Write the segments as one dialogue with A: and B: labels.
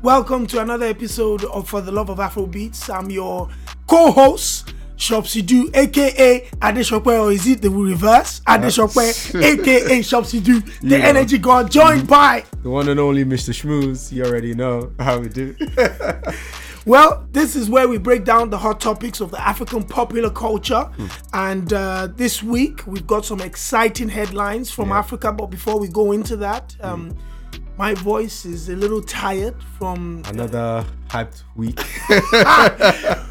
A: Welcome to another episode of For the Love of Afrobeats. I'm your co-host, Shopsidu, aka Adeshope, or is it the reverse? Adeshope, aka Shopsidu, the
B: Yeah.
A: energy god, joined by
B: The one and only Mr. Schmooze, you already know how we do.
A: Well, this is where we break down the hot topics of the African popular culture.
B: Hmm.
A: And uh, this week, we've got some exciting headlines from
B: Yeah. Hmm.
A: Africa. But before we go into that, um, my voice is a little tired from,
B: Another hyped week.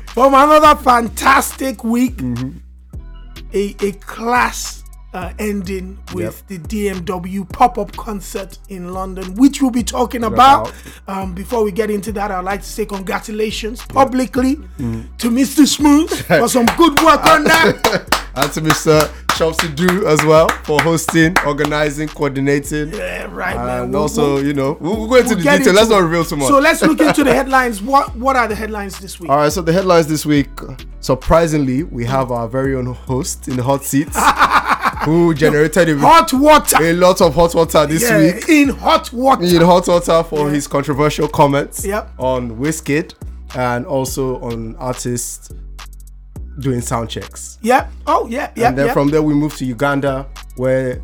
A: from another fantastic week,
B: Mm-hmm.
A: a, a class. Uh, ending with the DMW pop up concert in London, which we'll be talking about.
B: about.
A: Um, before we get into that, I'd like to say congratulations publicly
B: Mm-hmm.
A: to Mr. Smooth for some good work on that.
B: and to Mr. Shopsy Do as well for hosting, organizing, coordinating.
A: Yeah, right, man.
B: Uh, And
A: We'll-
B: also,
A: we'll-
B: you know, we'll, we'll go into
A: we'll
B: the
A: get
B: detail. Let's
A: into-
B: not reveal too much.
A: So let's look into the headlines. What What are the headlines this week?
B: All right, so the headlines this week, surprisingly, we have our very own host in the hot seat who generated a,
A: Hot water.
B: a lot of hot water this
A: Yeah,
B: week.
A: in hot water.
B: in hot water for his controversial comments
A: Yep.
B: on Wizkid and also on artists doing sound checks.
A: Yep. Oh, yeah. Yeah.
B: and then
A: yeah.
B: from there we move to Uganda where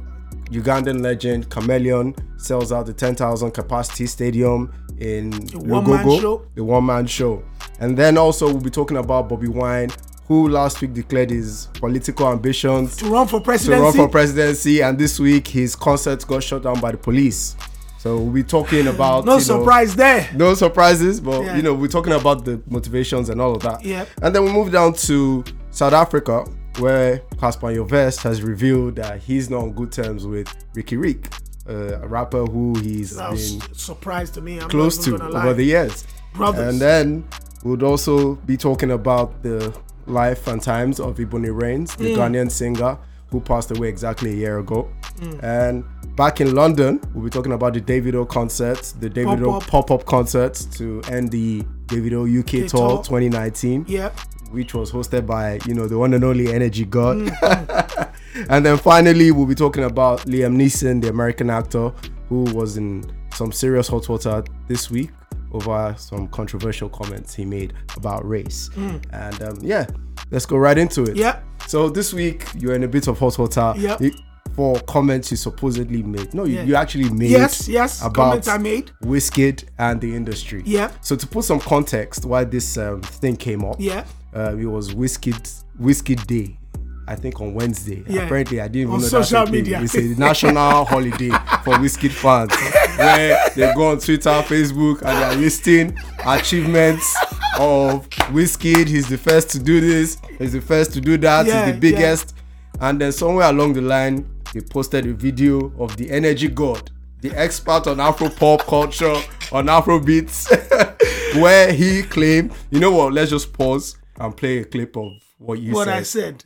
B: Ugandan legend Chameleon sells out the 10,000 capacity stadium in
A: one-man show.
B: Lugogo, the one-man show. And then also we'll be talking about Bobby Wine who last week declared his political ambitions
A: to run for
B: to
A: presidency.
B: run for presidency, and this week his concert got shut down by the police. So we'll be talking about
A: no
B: you know,
A: surprise there.
B: no surprises, but
A: Yeah.
B: you know we're talking about the motivations and all of that.
A: Yep.
B: And then we move down to South Africa, where Casper Jovest has revealed that he's not on good terms with Ricky Rick, uh, a rapper who he's
A: That
B: been
A: was a surprise to me. I'm
B: close
A: not even
B: to
A: gonna lie.
B: over the years.
A: Brothers.
B: And then we'd also be talking about the life and times of Ebony Rains,
A: Mm.
B: the Ghanaian singer who passed away exactly a year ago.
A: Mm.
B: And back in London, we'll be talking about the Davido concert, the Davido
A: Pop-up.
B: pop up concert to end the Davido UK
A: tour.
B: tour 2019
A: yeah.
B: which was hosted by you know the one and only energy god
A: Mm.
B: and then finally we'll be talking about liam neeson the american actor who was in some serious hot water this week over some controversial comments he made about race and um, yeah let's go right into it
A: Mm. Yeah.
B: so this week you're in a bit of hot water
A: Yep.
B: You- for comments you supposedly made no you,
A: Yeah.
B: you actually made
A: Yes, yes,
B: about
A: comments I made.
B: Wizkid and the industry
A: Yep.
B: so to put some context why this um, thing came up
A: Yeah.
B: uh, it was whiskey whiskey day i think on wednesday
A: Yeah.
B: apparently i didn't even
A: On
B: know
A: social
B: that thing.
A: media.
B: it's a national holiday for whiskey fans where they go on twitter facebook and they're listing achievements of whiskey he's the first to do this he's the first to do that
A: Yeah,
B: he's the
A: yeah.
B: biggest and then somewhere along the line they posted a video of the energy god the expert on afro pop culture on afro beats where he claimed you know what let's just pause and play a clip of what you
A: what
B: said
A: I said.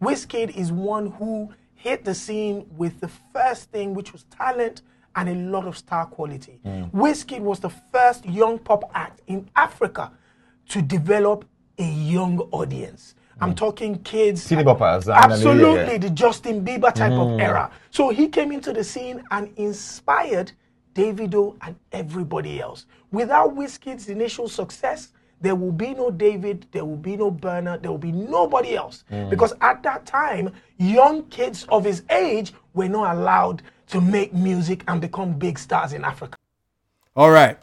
A: Wizkid is one who hit the scene with the first thing, which was talent and a lot of star quality.
B: Mm.
A: Wizkid was the first young pop act in Africa to develop a young audience.
B: Mm.
A: I'm talking kids.
C: Teeny boppers and-
A: Absolutely,
C: yeah, yeah.
A: the Justin Bieber type of era. So he came into the scene and inspired Davido and everybody else. Without Wizkid's initial success, there will be no David, there will be no Burner, there will be nobody else. Because at that time, young kids of his age were not allowed to make music and become big stars in Africa.
B: all right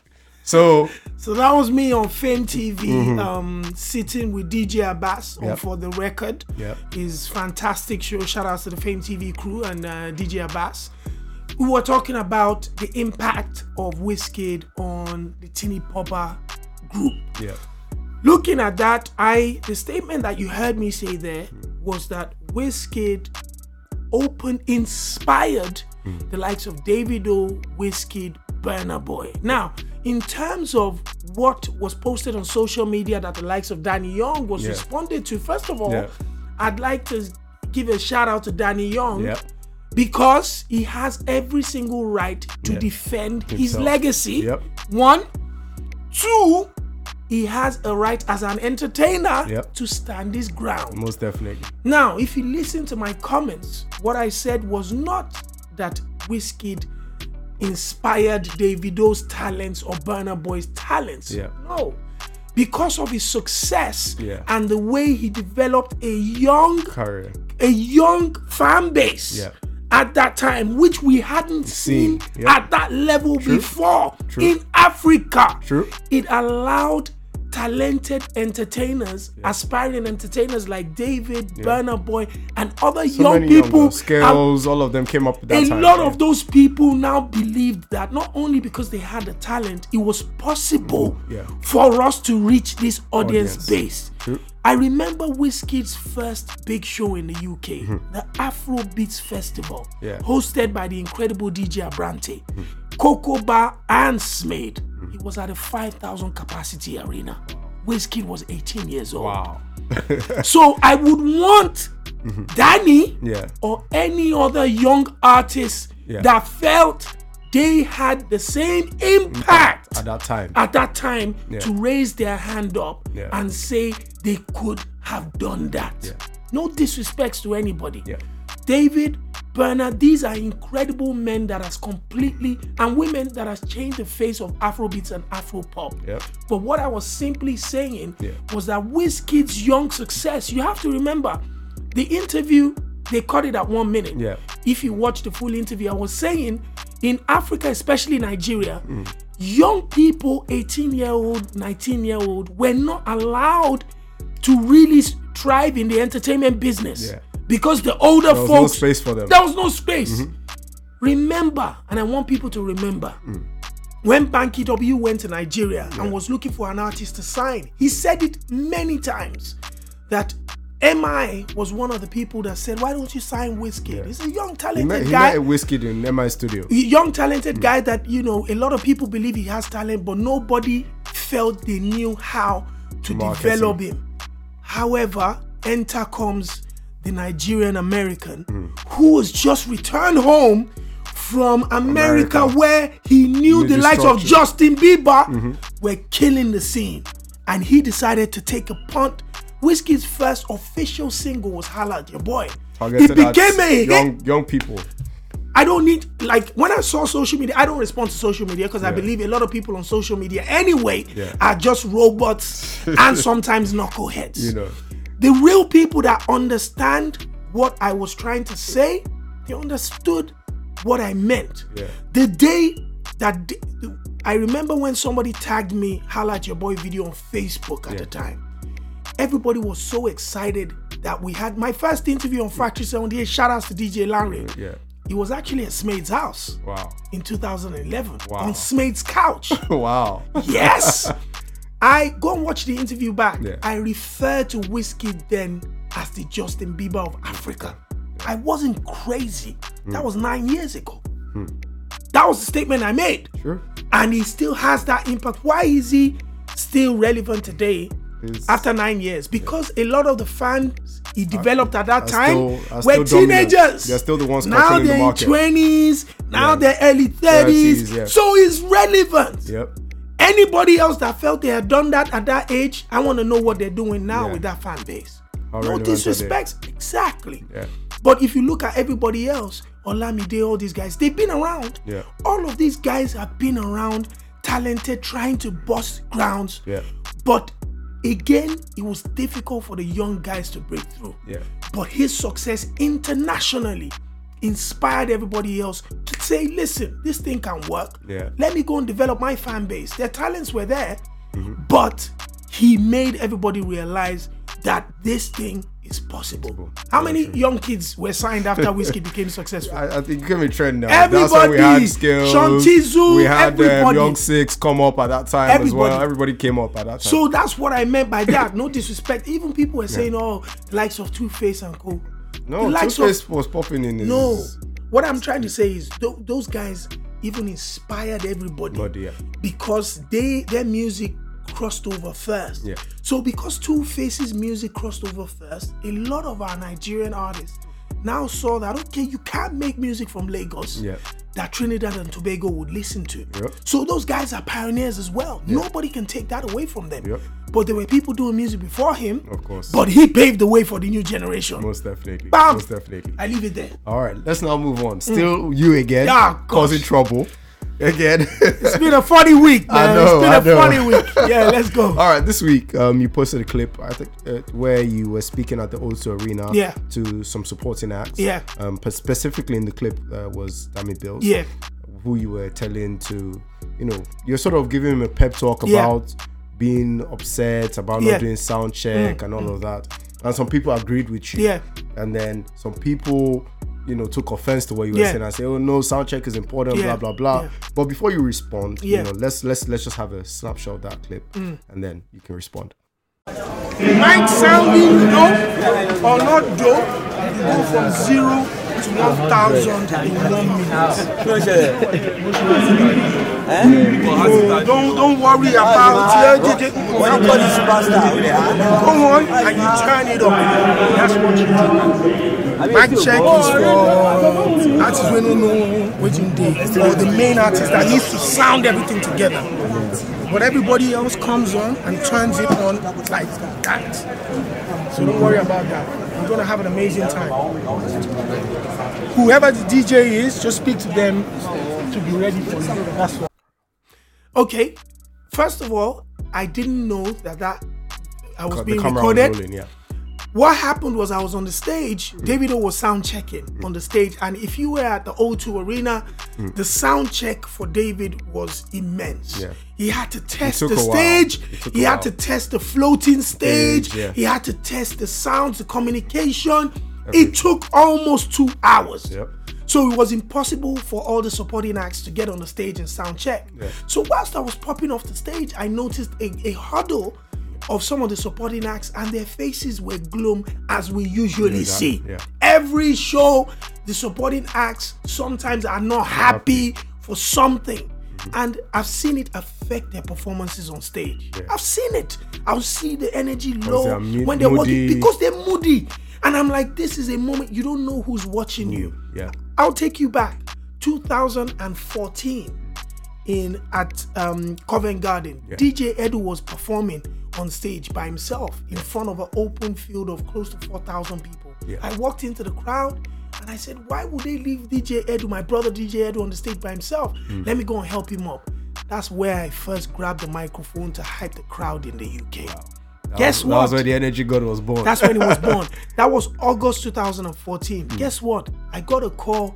B: so
A: So that was me on Fame TV, um, sitting with DJ Abbas on
B: Mm-hmm. Yep.
A: For the Record.
B: Yep.
A: His fantastic show. Shout out to the Fame TV crew and uh, DJ Abbas. We were talking about the impact of Wizkid on the Teeny Popper group.
B: yeah
A: Looking at that, I the statement that you heard me say there was that Wizkid opened, inspired
B: Hmm.
A: the likes of Davido, Wizkid, Burna Boy. Now, in terms of what was posted on social media that the likes of Danny Young was
B: Yeah.
A: responded to, first of all,
B: Yeah.
A: I'd like to give a shout out to Danny Young
B: Yeah.
A: because he has every single right to
B: Yeah.
A: defend his
B: Himself.
A: legacy.
B: Yep.
A: One, two, he has a right as an entertainer
B: Yep. Mm.
A: to stand his ground.
B: most definitely
A: Now, if you listen to my comments, what I said was not that Wizkid inspired Davido's talents or Burner Boy's talents.
B: Yeah.
A: No. Because of his success
B: Yeah.
A: and the way he developed a young
B: Career.
A: a young fan base
B: Yeah.
A: at that time, which we hadn't seen
B: Seen, yeah.
A: at that level before
B: True.
A: in Africa.
B: True.
A: It allowed talented entertainers, aspiring entertainers like David, Burner Boy, and other
B: So
A: young
B: many
A: people.
B: young
A: have-
B: scales, all of them came up at that
A: a
B: time.
A: lot
B: yeah.
A: of those people now believed that not only because they had the talent, it was possible
B: Yeah.
A: for us to reach this audience,
B: Audience.
A: base.
B: True.
A: I remember Wizkid's first big show in the UK, the Afro Beats Festival,
B: Hmm. Yeah.
A: hosted by the incredible DJ Abrante, Coco Bar, and Smade.
B: Hmm.
A: It was at a 5,000 capacity arena. Wizkid was 18 years old.
B: Wow. Mm-hmm.
A: So I would want Danny
B: Yeah.
A: or any other young artist
B: Yeah.
A: that felt they had the same impact
B: At that time.
A: at that time
B: Mm-hmm. Yeah.
A: to raise their hand up
B: Yeah.
A: and say they could have done that. No disrespects to anybody.
B: Yeah.
A: David, Bernard, these are incredible men that has completely and women that has changed the face of Afrobeats and Afropop.
B: Yep.
A: But what I was simply saying
B: Yeah.
A: was that Wizkid's young success, you have to remember, the interview, they cut it at one minute.
B: Yeah.
A: If you watch the full interview, I was saying in Africa, especially Nigeria, young people, 18 year old, 19 year old, were not allowed to really s- thrive in the entertainment business.
B: Yeah.
A: Because the older
B: There was no
A: folks
B: space for them. Mm-hmm.
A: there was no space. Remember, and I want people to remember. When Banky W went to Nigeria and was looking for an artist to sign, he said it many times that MI was one of the people that said, Why don't you sign Whiskey? He's a young,
B: He
A: talented
B: met, he
A: guy
B: met a whiskey in MI studio.
A: young talented guy that you know a lot of people believe he has talent but nobody felt they knew how to
B: Marketing.
A: develop him however enter comes the nigerian american
B: Hmm.
A: who was just returned home from america,
B: America.
A: where he knew
B: Knew
A: the
B: the
A: likes of
B: structure. Mm-hmm.
A: justin bieber were killing the scene and he decided to take a punt whiskey's first official single was holla at your boy
B: Targeted
A: it became
B: at
A: a hit
B: young, young people.
A: I don't need like when I saw social media, I don't respond to social media because I
B: Yeah.
A: believe a lot of people on social media anyway
B: Yeah.
A: are just robots and sometimes knuckleheads.
B: You know.
A: The real people that understand what I was trying to say, they understood what I meant.
B: Yeah.
A: The day that d- I remember when somebody tagged me, holla at your boy video on Facebook at the time everybody was so excited that we had my first interview on Factory 78. Shout outs to DJ Larry.
B: Yeah.
A: It was actually at Smade's house
B: Wow.
A: in 2011
B: Wow.
A: on Smade's couch.
B: Wow.
A: yes. I go and watch the interview back.
B: Yeah.
A: I refer to Whiskey then as the Justin Bieber of Africa. I wasn't crazy.
B: Hmm.
A: That was nine years ago. That was the statement I made
B: Sure.
A: and he still has that impact. Why is he still relevant today
B: It's-
A: after nine years? Because a lot of the fans he developed at that
B: are
A: time
B: still- are
A: were
B: still dominant.
A: teenagers.
B: They're still the ones
A: now
B: controlling the
A: they're in
B: market.
A: twenties. Now
B: Yeah.
A: they're early thirties.
B: 30s, yeah.
A: So it's relevant.
B: Yep.
A: Anybody else that felt they had done that at that age, I want to know what they're doing now
B: Yeah.
A: with that fan base.
B: How
A: no
B: relevant are they?
A: disrespects, exactly.
B: Yeah.
A: But if you look at everybody else, Olamide, all these guys, they've been around.
B: Yeah.
A: All of these guys have been around, talented, trying to bust grounds.
B: Yeah.
A: But again, it was difficult for the young guys to break through.
B: Yeah.
A: But his success internationally inspired everybody else to say, listen, this thing can work.
B: Yeah.
A: Let me go and develop my fan base. Their talents were there,
B: Mm-hmm.
A: but he made everybody realize that this thing is possible. How many young kids were signed after Whiskey became successful?
B: I, I think it can be trend now. That's when we
A: Everybody.
B: had skills.
A: Shanti Zoo,
B: we had um,
A: everybody.
B: Young Six come up at that time as well.
A: Everybody.
B: Everybody came up at that time.
A: So that's what I meant by that. No disrespect. Even people were saying, oh, the likes of Two Face and Co.
B: no,
A: likes of-
B: Two-Face was popping in his
A: No. What I'm trying to say is tho- those guys even inspired everybody
B: body. Yeah.
A: because they their music crossed over first.
B: Yeah.
A: So because Two Faces music crossed over first, a lot of our Nigerian artists now saw that okay, you can't make music from Lagos
B: Yeah.
A: that Trinidad and Tobago would listen to.
B: Yep.
A: So those guys are pioneers as well. Nobody can take that away from them.
B: Yep.
A: But there were people doing music before him.
B: Of course.
A: But he paved the way for the new generation.
B: Most definitely.
A: Bam!
B: Most definitely.
A: I leave it there.
B: All right, let's now move on. Still you again,
A: Ah, Mm. gosh.
B: causing trouble. again.
A: It's been a funny week,
B: I
A: man.
B: know, I
A: it's been a
B: know.
A: funny week. Yeah, let's go.
B: All right, this week um, you posted a clip, I think, uh, where you were speaking at the O2 Arena
A: Yeah.
B: to some supporting acts.
A: Yeah.
B: Um, but specifically in the clip uh, was Dami Bills.
A: Yeah.
B: Who you were telling to, you know, you're sort of giving him a pep talk
A: Yeah.
B: about being upset, about
A: Yeah. Mm.
B: not doing sound check and all of that. And some people agreed with you.
A: Yeah.
B: And then some people, you know, took offense to what you were
A: Yeah.
B: saying and say, oh no, sound check is important,
A: Yeah.
B: blah, blah, blah.
A: Yeah.
B: But before you respond,
A: Yeah. Mm.
B: you know, let's let's let's just have a snapshot of that clip and then you can respond.
A: Mic sounding dope or not dope, you go from zero to 1,000 in one minute. So don't, don't worry about it. Go on and you turn it up. That's what you do. Mic check is for artists we don't know waiting day or the main artist that needs to sound everything together. But everybody else comes on and turns it on like that. So don't worry about that. You're gonna have an amazing time. Whoever the DJ is, just speak to them to be ready for you. That's all. Okay. First of all, I didn't know that that I was
B: The
A: being
B: camera was
A: recorded.
B: rolling, yeah.
A: What happened was I was on the stage.
B: Mm.
A: Davido was sound checking on the stage, and if you were at the O2 Arena, the sound check for David was immense.
B: Mm. Yeah.
A: He had to test
B: took
A: the
B: a while.
A: stage.
B: It took a
A: He had
B: while.
A: to test the floating stage.
B: Stage, yeah.
A: He had to test the sounds, the communication. It took almost two hours.
B: Yep.
A: So it was impossible for all the supporting acts to get on the stage and sound check.
B: Yeah.
A: So whilst I was popping off the stage, I noticed a, a huddle of some of the supporting acts and their faces were gloom as we usually see.
B: yeah.
A: Every show, the supporting acts sometimes are not happy, for something. And I've seen it affect their performances on stage. I've seen it. I'll see the energy
B: they
A: low
B: are mo-
A: when they're working
B: moody.
A: because they're moody. And I'm like, this is a moment you don't know who's watching you.
B: Yeah.
A: I'll take you back 2014 in at um, Covent Garden. DJ Edu was performing on stage by himself in front of an open field of close to 4,000 people.
B: Yeah.
A: I walked into the crowd and I said, "Why would they leave DJ Edu, my brother DJ Edu, on the stage by himself?
B: Hmm.
A: Let me go and help him up." That's where I first grabbed the microphone to hype the crowd in the UK. Guess
B: That
A: what?
B: was where the energy god was born.
A: That's when it was born. That was August 2014.
B: Hmm.
A: Guess what? I got a call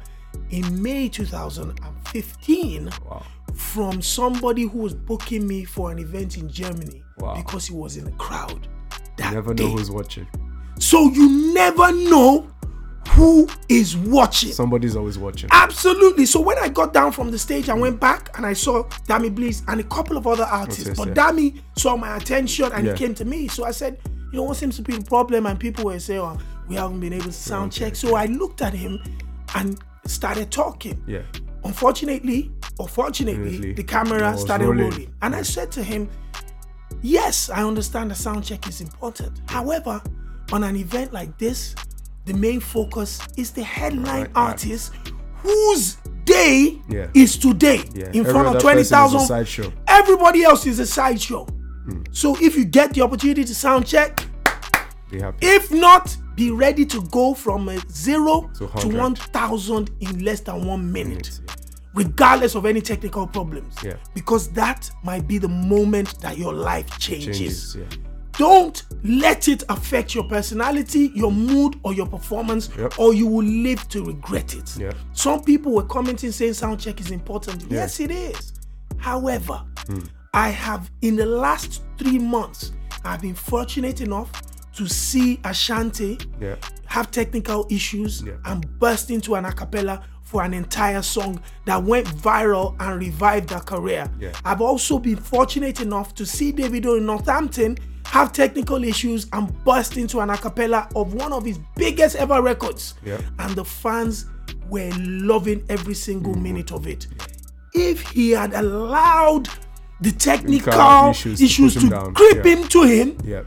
A: in May 2015
B: wow.
A: from somebody who was booking me for an event in Germany
B: Wow.
A: because he was in the crowd. That
B: Never
A: day.
B: know who's watching.
A: so you never know who is watching.
B: Somebody's always watching.
A: Ah. Absolutely. So when I got down from the stage, I went back and I saw Dami Bliss and a couple of other artists.
B: Artists,
A: but
B: yeah.
A: Dami saw my attention and
B: Yeah.
A: he came to me. So I said, you know, what seems to be the problem? And people were saying, oh, we haven't been able to sound check. So I looked at him and started talking.
B: Yeah.
A: Unfortunately, unfortunately,
B: Honestly,
A: the camera
B: was
A: started
B: rolling.
A: rolling. And I said to him, Yes, I understand the sound check is important. However, on an event like this, the main focus is the headline
B: Right, right.
A: artist whose day
B: Yeah.
A: is today
B: Yeah.
A: in
B: Every
A: front
B: other
A: of
B: person is a
A: 20,000.
B: sideshow.
A: Everybody else is a sideshow.
B: Hmm.
A: So if you get the opportunity to sound check,
B: Be happy.
A: if not, be ready to go from a zero
B: To
A: to,
B: 100.
A: 1,000 in less than one minute, regardless of any technical problems.
B: Yeah.
A: Because that might be the moment that your life changes.
B: Changes, yeah.
A: Don't let it affect your personality, your mood, or your performance,
B: Yep.
A: or you will live to regret it.
B: Yeah.
A: Some people were commenting saying sound check is important. Yes, it is. However,
B: Hmm.
A: I have in the last three months, I've been fortunate enough to see Ashanti
B: Yeah.
A: have technical issues
B: Yeah.
A: and burst into an a cappella for an entire song that went viral and revived her career.
B: Yeah.
A: I've also been fortunate enough to see Davido in Northampton have technical issues and burst into an a cappella of one of his biggest ever records.
B: Yeah.
A: And the fans were loving every single
B: Mm.
A: minute of it. If he had allowed the technical,
B: issues
A: issues,
B: to push him
A: to,
B: down.
A: creep
B: Yeah.
A: him to him,
B: Yeah.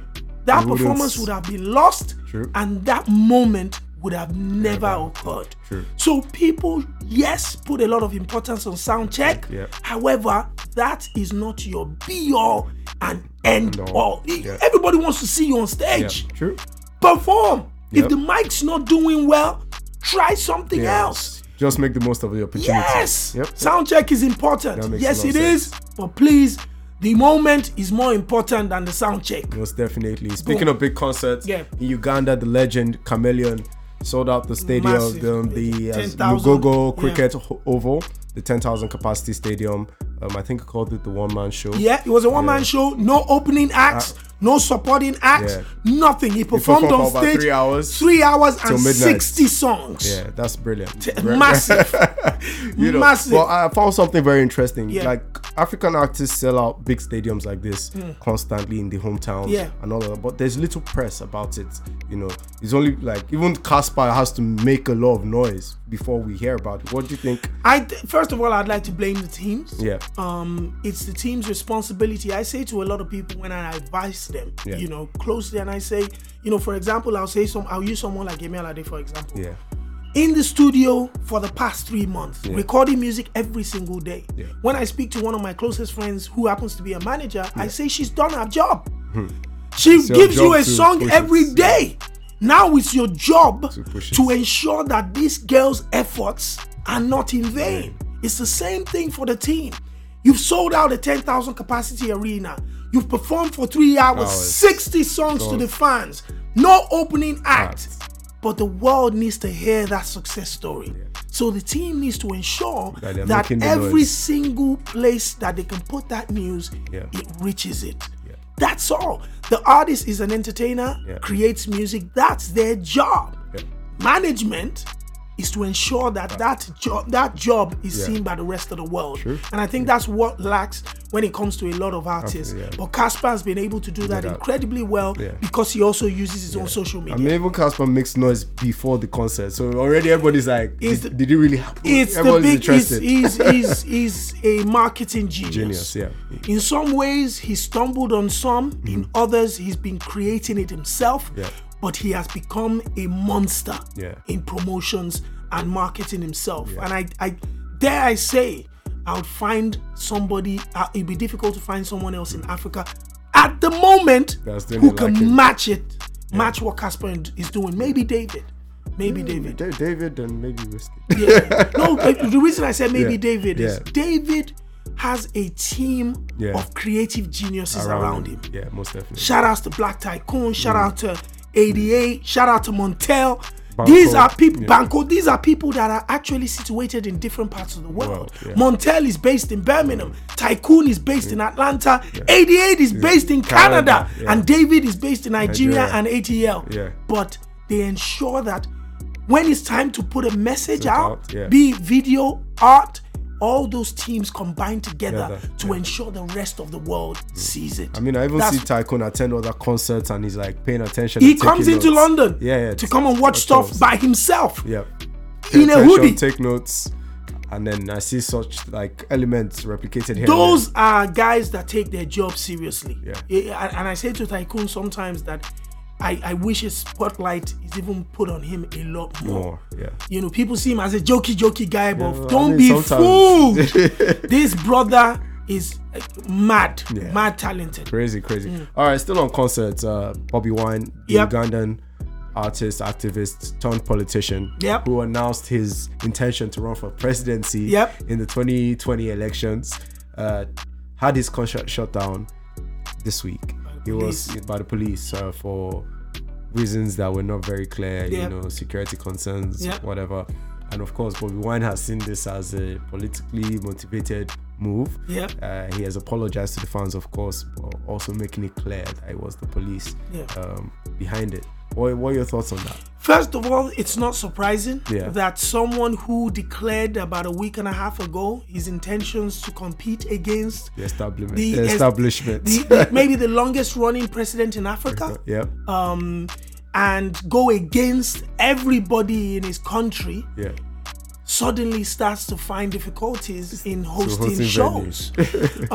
A: that
B: You wouldn't
A: performance
B: s-
A: would have been lost
B: True.
A: and that moment would have never occurred.
B: True.
A: So people, yes, put a lot of importance on sound check.
B: Yeah.
A: However, that is not your be all and end
B: No.
A: all. E-
B: Yeah.
A: Everybody wants to see you on
B: Yeah.
A: stage.
B: True.
A: Perform.
B: Yep.
A: If the mic's not doing well, try something
B: Yeah.
A: else.
B: Just make the most of the opportunity.
A: Yes.
B: Yep.
A: Sound check is
B: That
A: important.
B: makes
A: Yes,
B: a
A: it
B: lot of
A: is. But please, the moment is more important than the sound check.
B: Most definitely. Speaking of big concerts,
A: Yeah.
B: in Uganda, the legend Chameleon sold out the stadium,
A: Massive.
B: the, the uh,
A: 10,000.
B: Lugogo
A: Yeah.
B: Cricket Ho- Oval, the 10,000 capacity stadium. Um, I think I called it the one man show.
A: Yeah, it was a one man show. No opening acts, no supporting acts,
B: Ah. Yeah.
A: nothing. He performed
B: performed
A: on
B: for about
A: stage
B: three hours.
A: three hours and
B: midnight.
A: 60 songs.
B: Yeah, that's brilliant. Right.
A: Massive.
B: You know,
A: Massive.
B: Well, I found something very interesting.
A: Yeah.
B: Like African artists sell out big stadiums like this constantly in the hometowns
A: Hmm. Yeah.
B: and all of that. But there's little press about it. You know, it's only like even Casper has to make a lot of noise before we hear about it. What do you think?
A: I th- first of all, I'd like to blame the teams.
B: Yeah.
A: Um, it's the team's responsibility. I say to a lot of people when I advise them,
B: Yeah.
A: you know, closely, and I say, you know, for example, I'll say some, I'll use someone like Emil Ade, for example.
B: Yeah.
A: in the studio for the past three months, recording music every single day.
B: Yeah.
A: When I speak to one of my closest friends who happens to be a manager, I say she's done her job. She
B: your
A: gives you
B: Hmm. job
A: a
B: to
A: song
B: push it.
A: every day. Now it's your job to,
B: push it.
A: ensure that these girls' efforts are not in vain. It's the same thing for the team. You've sold out a 10,000 capacity arena. You've performed for three hours,
B: Hours.
A: 60 songs to the fans, no opening act. But the world needs to hear that success story. So the team needs to ensure
B: That they're
A: that
B: making the
A: every
B: noise.
A: single place that they can put that news,
B: Yeah.
A: it reaches it.
B: Yeah.
A: That's all. The artist is an entertainer,
B: Yeah.
A: creates music. That's their job.
B: Yeah.
A: Management is to ensure that that job that job is
B: Yeah.
A: seen by the rest of the world.
B: True.
A: And I think that's what lacks when it comes to a lot of artists.
B: yeah.
A: But Casper has been able to do that,
B: that.
A: incredibly well
B: Yeah.
A: because he also uses his own social media.
B: I mean, even Casper makes noise before the concert, so already everybody's like,
A: It's
B: "Did,
A: the-
B: did it really happen?"
A: it's e- the
B: Everybody's
A: big he's,
B: interested.
A: he's, he's, he's a marketing genius.
B: Genius, yeah.
A: In some ways he stumbled on some, in others he's been creating it himself.
B: Mm-hmm. Yeah.
A: But he has become a monster
B: Yeah.
A: in promotions and marketing himself. And I, I dare I say, I would find somebody uh, it'd be difficult to find someone else in Africa at the moment
B: That's doing
A: who
B: it
A: can
B: like him.
A: match it, match what Casper is doing. Maybe David.
B: Mm,
A: Maybe David.
B: Da- David and maybe Whiskey.
A: Yeah. no, uh, the reason I said maybe
B: Yeah.
A: David is
B: Yeah.
A: David has a team
B: Yeah.
A: of creative geniuses around, him.
B: Yeah, most definitely.
A: Shout outs to Black Tycoon, shout out to 88, shout out to Montel. These
B: Banco,
A: are people
B: yeah.
A: Banco, these are people that are actually situated in different parts of the world.
B: World, yeah.
A: Montel is based in Birmingham, Tycoon is based in Atlanta, 88 is based in Canada,
B: Canada, yeah.
A: and David is based in Nigeria,
B: Nigeria.
A: and ATL.
B: Yeah.
A: But they ensure that when it's time to put a message out,
B: out, yeah.
A: be it video, art, all those teams combine together
B: Together, Mm.
A: to ensure the rest of the world sees it.
B: I mean, I even
A: That's-
B: see Tycoon attend other concerts and he's like paying attention.
A: he
B: and taking
A: comes into
B: notes.
A: London
B: Yeah, yeah,
A: to come and watch
B: of
A: stuff
B: course.
A: by himself
B: Yeah.
A: in a
B: Attention,
A: hoodie.
B: Take notes. And then I see such like elements replicated here. and
A: Those are guys that take their job seriously.
B: Yeah.
A: Yeah, And and I say to Tycoon sometimes that I, I wish his spotlight is even put on him a lot
B: there.
A: more.
B: More. Yeah.
A: You know, people see him as a jokey, jokey guy, but
B: well, I
A: don't
B: mean,
A: be
B: sometimes-
A: fooled. this brother is like, mad,
B: Yeah.
A: mad talented.
B: Crazy, crazy. All right, still on concerts. Uh, Bobby Wine, the
A: Yep.
B: Ugandan artist, activist turned politician,
A: Yep.
B: who announced his intention to run for presidency
A: Yep.
B: in the 2020 elections, uh, had his concert shut down this week. He was by the police uh, for reasons that were not very clear,
A: Yep.
B: you know, security concerns,
A: Yep.
B: whatever. And of course, Bobby Wine has seen this as a politically motivated move.
A: Yeah.
B: Uh, he has apologized to the fans, of course, but also making it clear that it was the police
A: Yeah.
B: um, behind it. What, what are your thoughts on that?
A: First of all, it's not surprising
B: Yeah.
A: that someone who declared about a week and a half ago his intentions to compete against
B: The establishment.
A: The
B: The,
A: es-
B: establishment.
A: the, the- maybe the longest running president in Africa
B: yeah,
A: um, and go against everybody in his country
B: yeah.
A: suddenly starts to find difficulties in
B: So
A: hosting
B: hosting
A: shows. Um,
B: venues.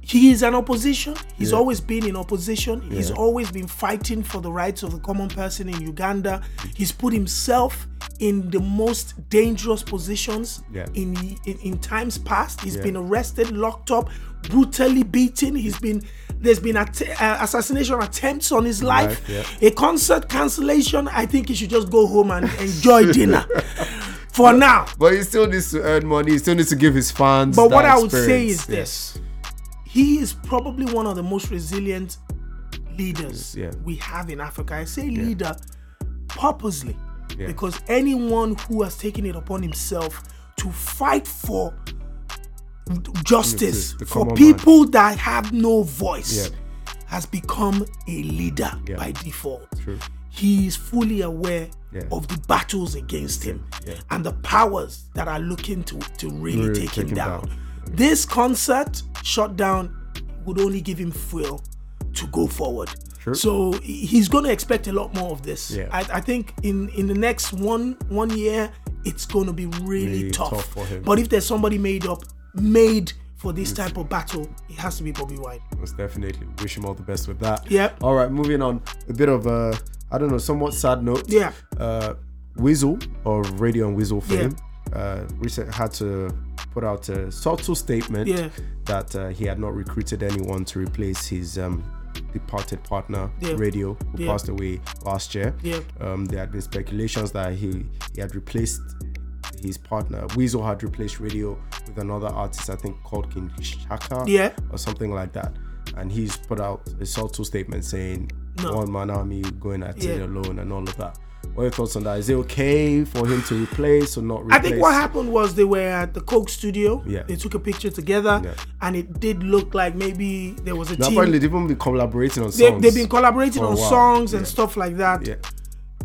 A: He is an opposition. He's
B: Yeah.
A: always been in opposition. He's
B: Yeah.
A: always been fighting for the rights of the common person in Uganda. He's put himself in the most dangerous positions
B: Yeah.
A: in, in in times past. He's
B: Yeah.
A: been arrested, locked up, brutally beaten. He's been there's been att- uh, assassination attempts on his life.
B: Life,
A: A concert cancellation. I think he should just go home and enjoy dinner. for now.
B: But he still needs to earn money. He still needs to give his fans.
A: But what
B: that
A: I would say
B: experience.
A: is this: he is probably one of the most resilient leaders
B: Yeah.
A: we have in Africa. I say leader purposely
B: Yeah.
A: because anyone who has taken it upon himself to fight for justice
B: the
A: for
B: common man.
A: people that have no voice
B: Yeah.
A: has become a leader
B: Yeah.
A: by default.
B: True.
A: He is fully aware
B: Yeah.
A: of the battles against him
B: Yeah.
A: and the powers that are looking to, to really,
B: Really
A: take, him, down. This concert shutdown would only give him fuel to go forward.
B: True.
A: So he- he's going to expect a lot more of this.
B: Yeah.
A: I, I think in, in the next one one year, it's going to be really,
B: Really
A: tough.
B: tough for him.
A: But if there's somebody made up, made for this type of battle, it has to be Bobby Wine.
B: Most definitely. Wish him all the best with that.
A: Yep.
B: All right, moving on. A bit of a, I don't know, somewhat sad note.
A: Yeah.
B: Uh, Weasel of Radio and Weasel
A: Yeah.
B: fame, uh, recent had to put out a subtle statement
A: Yeah.
B: that uh, he had not recruited anyone to replace his um, departed partner,
A: Yeah.
B: Radio, who
A: Yeah.
B: passed away last year.
A: Yeah.
B: Um, there had been speculations that he he had replaced his partner. Weasel had replaced Radio with another artist, I think called King Shaka
A: Yeah.
B: or something like that. And he's put out a subtle statement saying,
A: No.
B: one man army going at it
A: Yeah.
B: alone and all of that. What are your thoughts on that? Is it okay for him to replace or not replace?
A: I think what happened was they were at the Coke studio.
B: Yeah.
A: They took a picture together,
B: Yeah.
A: and it did look like maybe there was a
B: Now,
A: team.
B: apparently, they've even been collaborating on
A: They,
B: songs.
A: they've been collaborating
B: for a
A: on
B: while.
A: songs and
B: Yeah.
A: stuff like that.
B: Yeah,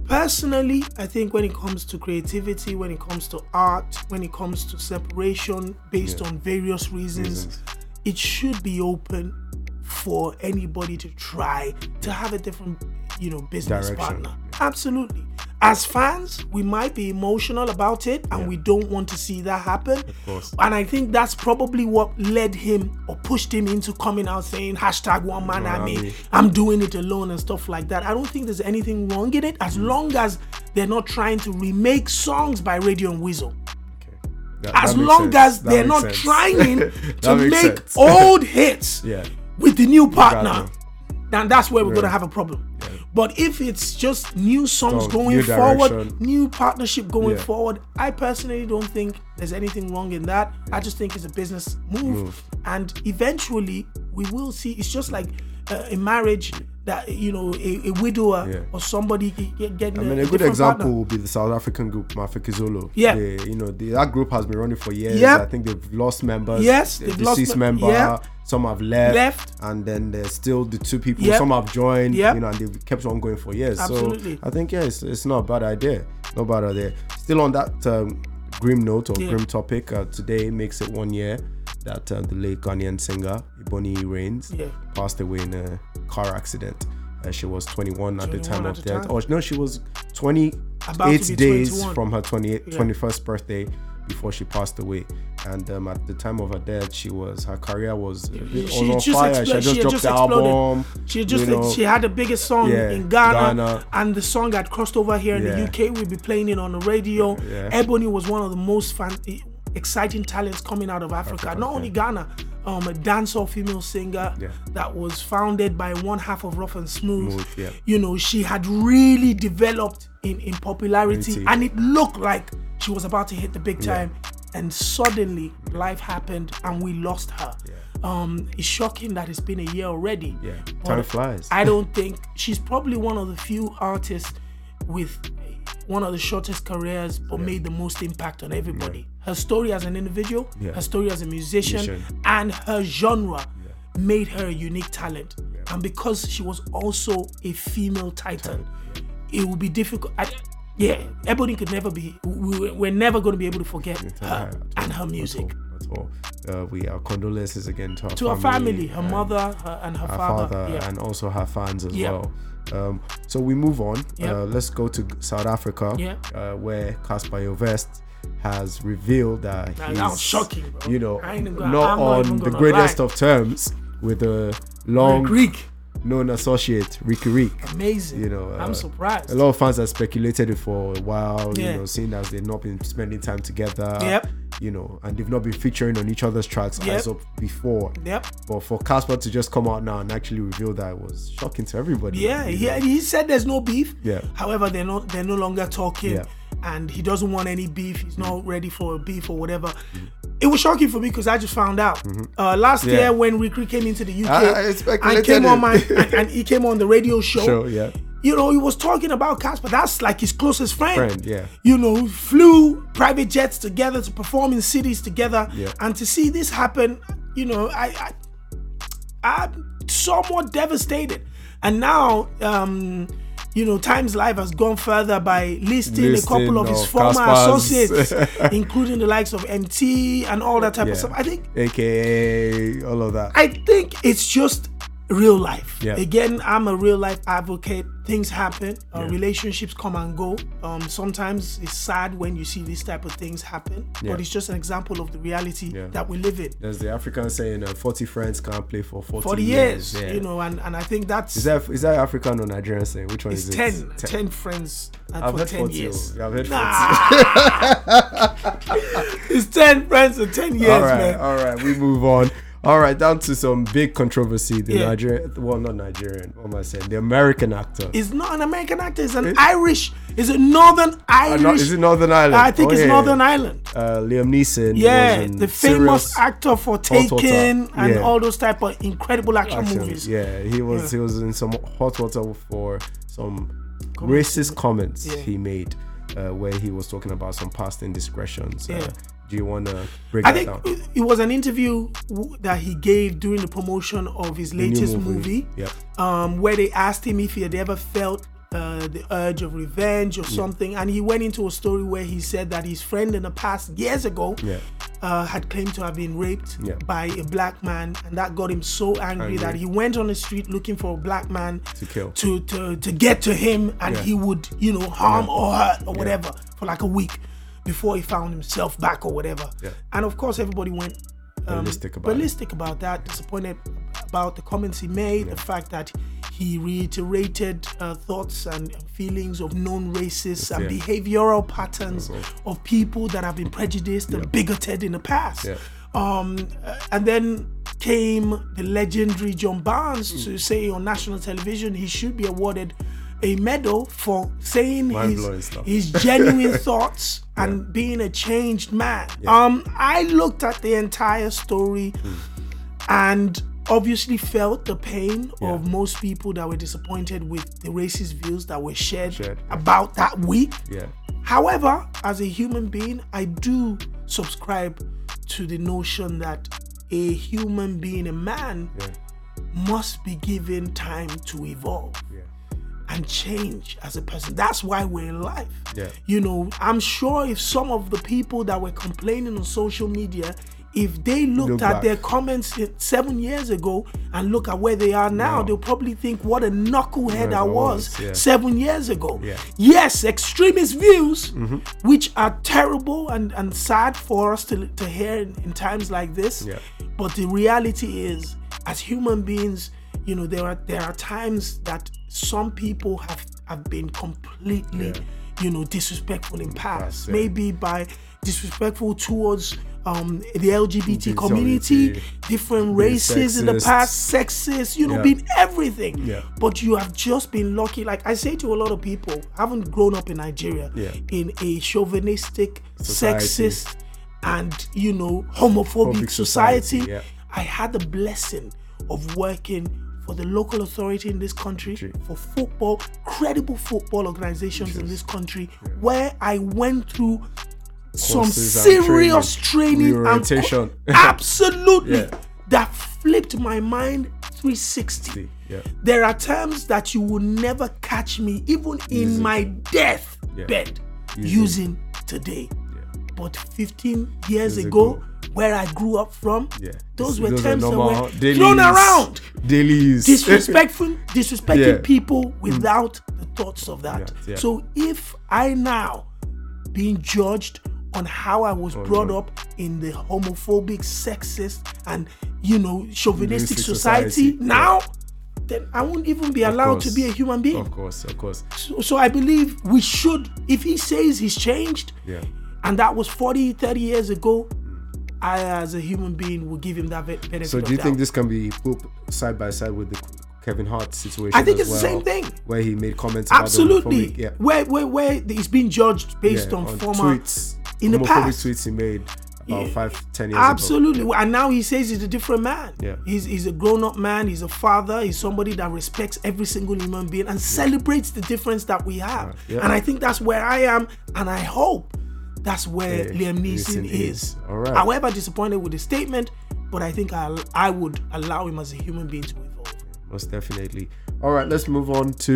A: Personally, I think when it comes to creativity, when it comes to art, when it comes to separation based on various reasons,
B: Reasons.
A: it should be open for anybody to try to have a different, you know, business
B: Direction.
A: partner. Absolutely. As fans, we might be emotional about it and
B: Yeah.
A: we don't want to see that happen. Of
B: course.
A: And I think that's probably what led him or pushed him into coming out saying hashtag one man
B: Man
A: army.
B: army.
A: I'm doing it alone and stuff like that. I don't think there's anything wrong in it as long as they're not trying to remake songs by Radio and Weasel.
B: okay. That-
A: As
B: that makes
A: long
B: sense.
A: as
B: That
A: they're
B: makes
A: not
B: sense.
A: trying
B: That
A: to
B: makes
A: make
B: sense.
A: old hits
B: Yeah.
A: with the new partner,
B: Exactly.
A: then that's where we're going to have a problem. But if it's just new songs
B: Song,
A: going
B: new direction.
A: forward, new partnership going
B: Yeah.
A: forward, I personally don't think there's anything wrong in that. I just think it's a business move, and eventually we will see. It's just like uh, a marriage that you know a, a widower
B: Yeah.
A: or somebody ge- ge- getting
B: I mean,
A: a,
B: a good
A: different
B: example
A: partner.
B: would be the South African group Mafiki Zolo.
A: Yeah.
B: They- you know they, that group has been running for years.
A: Yep.
B: I think they've lost members.
A: Yes,
B: a
A: they've lost
B: deceased
A: mem-
B: member.
A: yeah.
B: Some have left.
A: Left.
B: and then there's still the two people.
A: Yep.
B: Some have joined.
A: Yep.
B: you know, and they've kept on going for years.
A: Absolutely.
B: So I think yeah, it's, it's not a bad idea. Not a bad idea. Still on that um, grim note or
A: Yeah.
B: grim topic, uh, today makes it one year that uh, the late Ghanaian singer Ebony Rains
A: Yeah.
B: passed away in a car accident. Uh, she was 21 at the
A: 21
B: time
A: at
B: of
A: the
B: death.
A: time.
B: Or no, she was 28
A: About to be
B: days
A: 21.
B: from her 28, 21st birthday before she passed away. And um, at the time of her death, she was her career was a bit
A: She
B: all on
A: just
B: fire.
A: explo-
B: she had just
A: she had
B: dropped
A: just
B: the
A: exploded.
B: album.
A: She just
B: you know.
A: she had the biggest song
B: Yeah,
A: in Ghana,
B: Ghana.
A: and the song had crossed over here in
B: Yeah.
A: the UK. We'd be playing it on the radio.
B: Yeah.
A: Ebony was one of the most fan- exciting talents coming out of Africa, not only Ghana. Um, a dancehall female singer
B: Yeah.
A: that was founded by one half of Rough and Smooth.
B: Smooth, yeah.
A: You know, she had really developed in, in popularity,
B: Pretty.
A: and it looked like she was about to hit the big time. And suddenly, life happened, and we lost her. Um, it's shocking that it's been a year already.
B: Yeah,
A: But
B: time flies.
A: I don't think she's probably one of the few artists with one of the shortest careers, but made the most impact on everybody. Her story as an individual,
B: Yeah.
A: her story as a musician,
B: Musician.
A: and her genre made her a unique talent. And because she was also a female titan, it would be difficult. I, yeah, Ebony could never be. We, we're never going to be able to forget her and her music.
B: That's all. Uh, we our condolences again to her
A: To her family, her
B: and
A: mother, her, and her,
B: her
A: father.
B: father,
A: yeah.
B: and also her fans as
A: Yeah.
B: well. Um, so we move on.
A: Yeah.
B: Uh, let's go to South Africa,
A: Yeah.
B: uh, where Caspar Jovest has revealed that
A: Now,
B: he's,
A: that was shocking, bro.
B: you know,
A: I ain't even gonna-
B: not
A: I'm not even
B: on the
A: gonna
B: greatest
A: lie.
B: of terms with a long
A: Greek.
B: known associate, Ricky Rick.
A: Amazing.
B: You know, uh,
A: I'm surprised.
B: A lot of fans have speculated it for a while,
A: Yeah.
B: you know, seeing as they've not been spending time together.
A: Yep.
B: You know, and they've not been featuring on each other's tracks as
A: Yep.
B: of before.
A: Yep.
B: But for Casper to just come out now and actually reveal that was shocking to everybody.
A: Yeah,
B: you
A: yeah.
B: know.
A: He said there's no beef.
B: Yeah.
A: However, they're not. They're no longer talking.
B: Yeah. Mm-hmm.
A: and he doesn't want any beef. He's not ready for a beef or whatever. It was shocking for me because I just found out uh, last
B: Mm-hmm. Yeah.
A: year when Rick Rick came into the UK
B: I- I
A: and
B: speculated
A: came on
B: it.
A: my and, and he came on the radio show.
B: Show, yeah.
A: You know, he was talking about Casper. That's like his closest friend.
B: Friend, yeah.
A: You know, flew private jets together to perform in cities together,
B: Yeah.
A: and to see this happen, you know, I, I I'm somewhat devastated. And now, um, you know, Times Live has gone further by listing, a
B: Listing
A: couple of his
B: of
A: former
B: Casper's.
A: associates, including the likes of MT and all that type
B: Yeah.
A: of stuff. I think
B: AKA all of that.
A: I think it's just real life.
B: Yeah.
A: Again, I'm a real life advocate. Things happen. Uh,
B: Yeah.
A: Relationships come and go. Um, sometimes it's sad when you see these type of things happen,
B: Yeah.
A: but it's just an example of the reality
B: Yeah.
A: that we live in.
B: There's the African saying, uh, 40 friends can't play for 40,
A: For the years, you know, and, and I think that's
B: Is that, is that African or Nigerian saying? Which one
A: It's
B: is
A: 10,
B: it?
A: 10, friends and
B: I've
A: for
B: heard
A: 10
B: 40.
A: years.
B: I've heard 40.
A: It's 10 friends and 10 years,
B: all right,
A: man.
B: all right, we move on. All right, down to some big controversy. The
A: Yeah.
B: Nigerian, well, not Nigerian. What am I saying? The American actor.
A: It's not an American actor, it's an Irish, it's a Northern
B: Uh,
A: Irish.
B: no, is it Northern Ireland?
A: I think it's
B: Okay.
A: Northern Ireland.
B: Uh, Liam Neeson.
A: Yeah,
B: was in
A: the famous
B: serious
A: actor for
B: Hot Water.
A: Taken and
B: Yeah.
A: all those type of incredible action,
B: action.
A: movies.
B: Yeah, he was he was in some hot water for some racist comments
A: Yeah.
B: he made uh, where he was talking about some past indiscretions. Uh,
A: Yeah.
B: do you want to break
A: I
B: that
A: think
B: down?
A: it- it was an interview w- that he gave during the promotion of his
B: New
A: latest movie.
B: Yep.
A: um, where they asked him if he had ever felt uh, the urge of revenge or something, and he went into a story where he said that his friend in the past years ago
B: Yeah.
A: uh, had claimed to have been raped
B: Yeah.
A: by a black man, and that got him so angry,
B: Angry.
A: that he went on the street looking for a black man
B: To kill.
A: to to, to get to him, and
B: Yeah.
A: he would you know harm or hurt or whatever for like a week before he found himself back or whatever.
B: Yeah.
A: And of course, everybody went um,
B: Ballistic about it.
A: realistic about that, disappointed about the comments he made, the fact that he reiterated uh, thoughts and feelings of known racists and
B: Yeah.
A: behavioral patterns of people that have been prejudiced and bigoted in the past.
B: Yeah.
A: Um, uh, and then came the legendary John Barnes
B: Mm.
A: to say on national television he should be awarded a medal for saying
B: Mind-blowing
A: his,
B: stuff.
A: his genuine thoughts and being a changed man. Um, I looked at the entire story and obviously felt the pain
B: Yeah.
A: of most people that were disappointed with the racist views that were shared,
B: Shared, yeah.
A: about that week.
B: Yeah.
A: However, as a human being, I do subscribe to the notion that a human being, a man,
B: Yeah.
A: must be given time to evolve
B: Yeah.
A: and change as a person. That's why we're in life.
B: Yeah.
A: You know, I'm sure if some of the people that were complaining on social media, if they looked
B: Look
A: at
B: back.
A: their comments i- seven years ago and look at where they are now,
B: Now.
A: they'll probably think what a knucklehead
B: Yeah,
A: I
B: I
A: was,
B: was, yeah.
A: seven years ago.
B: Yeah. Mm-hmm.
A: Yes, extremist views, which are terrible and, and sad for us to, to hear in, in times like this.
B: Yeah.
A: But the reality is, as human beings, you know, there are there are times that some people have have been completely, you know, disrespectful in past.
B: past, yeah.
A: Maybe by disrespectful towards um, the LGBT
B: LGBT,
A: community, different races in the
B: sexist.
A: past, sexist, you know,
B: Yeah.
A: been everything.
B: Yeah.
A: But you have just been lucky. Like I say to a lot of people, I haven't grown up in Nigeria
B: Yeah.
A: in a chauvinistic,
B: Society.
A: sexist, and you know, homophobic
B: Homophobic
A: society.
B: society, yeah.
A: I had the blessing of working for the local authority in this country,
B: Country.
A: for football, credible football organizations in this country, where I went through some
B: Courses and
A: serious
B: training,
A: training, and co-
B: reorientation.
A: absolutely
B: Yeah.
A: that flipped my mind 360
B: See, Yeah.
A: there are times that you will never catch me even in
B: Using-
A: my death
B: Yeah.
A: bed
B: Using-
A: using today
B: Yeah.
A: but 15 years
B: Years
A: ago,
B: ago.
A: where i grew up from
B: Yeah.
A: those
B: It's-
A: were
B: are
A: terms that
B: normal
A: were
B: daily
A: thrown
B: use-
A: around
B: Daily use.
A: disrespectful disrespecting
B: Yeah. Mm.
A: people without the thoughts of that
B: Yeah, yeah.
A: so if i now being judged on how i was brought
B: Oh, no.
A: up in the homophobic sexist and you know chauvinistic
B: Chauvinistic
A: society,
B: society, yeah.
A: now then i won't even be allowed to
B: course.
A: be a human being
B: of course, of course.
A: so, so i believe we should if he says he's changed
B: Yeah.
A: and that was 40 30 years ago i as a human being will give him that be- benefit
B: So
A: of
B: do you
A: doubt.
B: think this can be put side by side with the Kevin Hart situation.
A: I think
B: as
A: it's the
B: well,
A: same thing.
B: Where he made comments about the
A: Absolutely.
B: homophobic- yeah.
A: Where where where it's being judged based
B: yeah,
A: on,
B: on
A: former
B: tweets,
A: in the
B: homophobic
A: past.
B: tweets he made about five, ten years ago.
A: Absolutely. And now he says he's a different man.
B: Yeah.
A: He's, he's a grown up man. He's a father. He's somebody that respects every single human being and celebrates the difference that we have.
B: Yeah.
A: And I think that's where I am. And I hope that's where
B: Yeah,
A: Liam Neeson,
B: Neeson
A: is.
B: is. All right.
A: However, disappointed with the statement, but I think I, I would allow him as a human being to evolve.
B: Most definitely. All right, let's move on to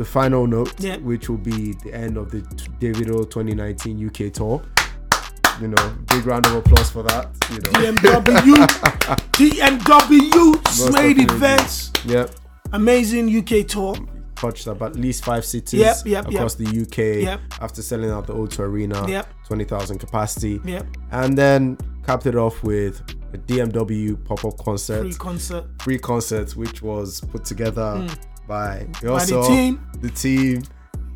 B: the final note,
A: Yeah.
B: which will be the end of the t- Davido 2019 UK tour. You know, big round of applause for that. You know,
A: DMW, DMW, Smade
B: definitely.
A: Events,
B: yeah,
A: amazing UK tour.
B: touched up at least five cities
A: Yep, yep,
B: across
A: yep.
B: the UK
A: Yep.
B: after selling out the O2 Arena,
A: Yep.
B: 20,000 capacity,
A: Yep.
B: and then capped it off with a DMW pop up concert.
A: Free concert.
B: free concert which was put together by,
A: Hmm. By the
B: also
A: team.
B: the team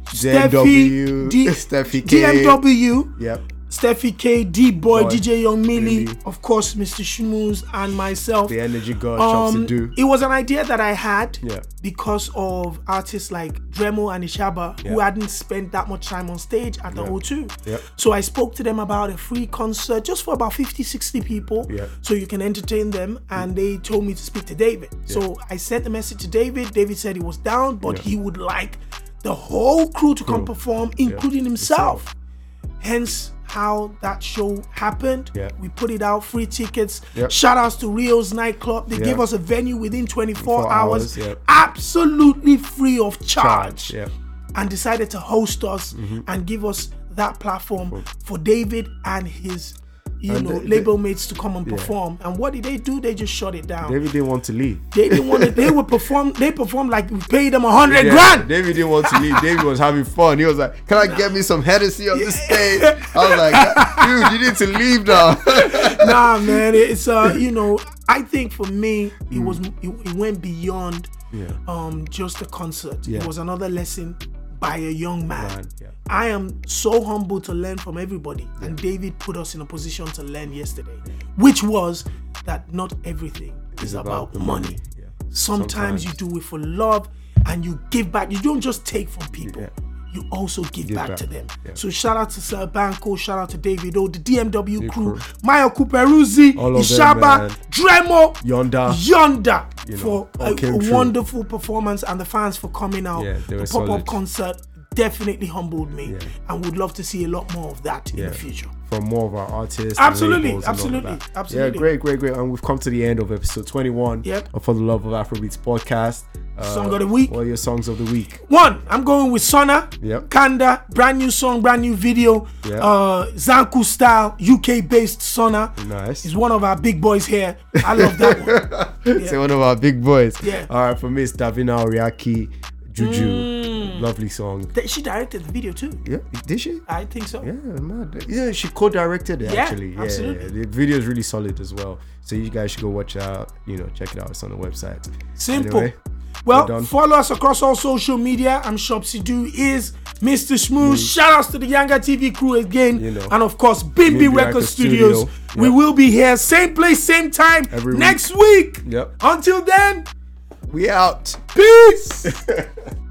A: Steffi,
B: DMW,
A: D-
B: Steffi K.
A: DMW,
B: Yep.
A: Steffi K, D Boy,
B: Boy,
A: DJ Young Millie,
B: Millie.
A: of course, Mr. Shmooze, and myself.
B: The energy god
A: Um,
B: Chopsy Do.
A: it was an idea that I had
B: Yeah.
A: because of artists like Dremo and Ishaba who
B: Yeah.
A: hadn't spent that much time on stage at the O2.
B: Yep.
A: So I spoke to them about a free concert just for about 50, 60 people
B: Yeah.
A: so you can entertain them. And they told me to speak to David. So I sent a message to David. David said he was down, but he would like the whole crew to come perform, including himself hence how that show happened.
B: Yeah.
A: We put it out, free tickets.
B: Yep.
A: Shout outs to Rio's nightclub. They
B: Yeah.
A: gave us a venue within 24
B: 24
A: hours,
B: hours, yeah.
A: absolutely free of charge,
B: Yeah. Mm-hmm.
A: and decided to host us and give us that platform for David and his. You
B: And
A: know,
B: the-
A: label mates to come and perform, and what did they do? They just shut it down.
B: David didn't want to leave.
A: they didn't want to. They would perform. They performed like we paid them a hundred
B: Yeah,
A: grand.
B: David didn't want to leave. David was having fun. He was like, "Can I get me some Hennessy on this stage?" I was like, "Dude, you need to leave now."
A: nah, man, it's uh, you know, I think for me, it was it, it went beyond
B: Mm. Yeah.
A: um just a concert.
B: Yeah.
A: It was another lesson by a young man.
B: Man, yeah.
A: I am so humble to learn from everybody, and David put us in a position to learn yesterday, which was that not everything is about,
B: the
A: money.
B: Yeah.
A: Sometimes, you do it for love and you give back. You don't just take from people.
B: Yeah.
A: You also give, back,
B: back,
A: to them.
B: yeah.
A: So shout out to Sir Banco, shout out to David O, the DMW crew,
B: crew.
A: Maya Kuperuzzi,
B: All of them,
A: Ishaba,
B: man.
A: Dremo,
B: Yonder.
A: Yonder
B: know,
A: for
B: all
A: a,
B: came
A: a
B: through.
A: wonderful performance and the fans for coming out.
B: Yeah, they were
A: the pop-up
B: solid.
A: concert definitely humbled me
B: Yeah.
A: and would love to see a lot more of that in the future.
B: from more of our artists. and
A: Absolutely,
B: labels and all of
A: absolutely,
B: that.
A: absolutely.
B: Yeah, great, great, great. And we've come to the end of episode 21
A: Yep.
B: of For the Love of Afrobeats podcast. Uh,
A: Song of the week.
B: All your songs of the week.
A: One, I'm going with Sona,
B: Yep.
A: Kanda, brand new song, brand new video,
B: Yeah.
A: uh, Zanku style, UK based Sona.
B: Nice.
A: He's one of our big boys here. I love that one.
B: Say one of our big boys.
A: Yeah.
B: All right, for me, it's Davina Oriaki, Juju.
A: Mm.
B: Lovely song.
A: Th- She directed the video too.
B: Yeah, did she?
A: I think so.
B: Yeah, mad. Yeah, she co-directed it
A: Yeah,
B: actually. Yeah,
A: absolutely.
B: yeah, the video is really solid as well. So you guys should go watch it out. You know, check it out. It's on the website.
A: Simple.
B: Anyway,
A: well,
B: done.
A: follow us across all social media. I'm Shopsy Do is Mr. Smooth. Shout outs to the Yanga TV crew again.
B: You know.
A: and of course, Bimbi
B: Bimbi
A: Record
B: Record
A: Studios.
B: Studio.
A: We
B: Yep.
A: will be here, same place, same time
B: Every week.
A: next week.
B: Yep.
A: Until then,
B: we out.
A: peace.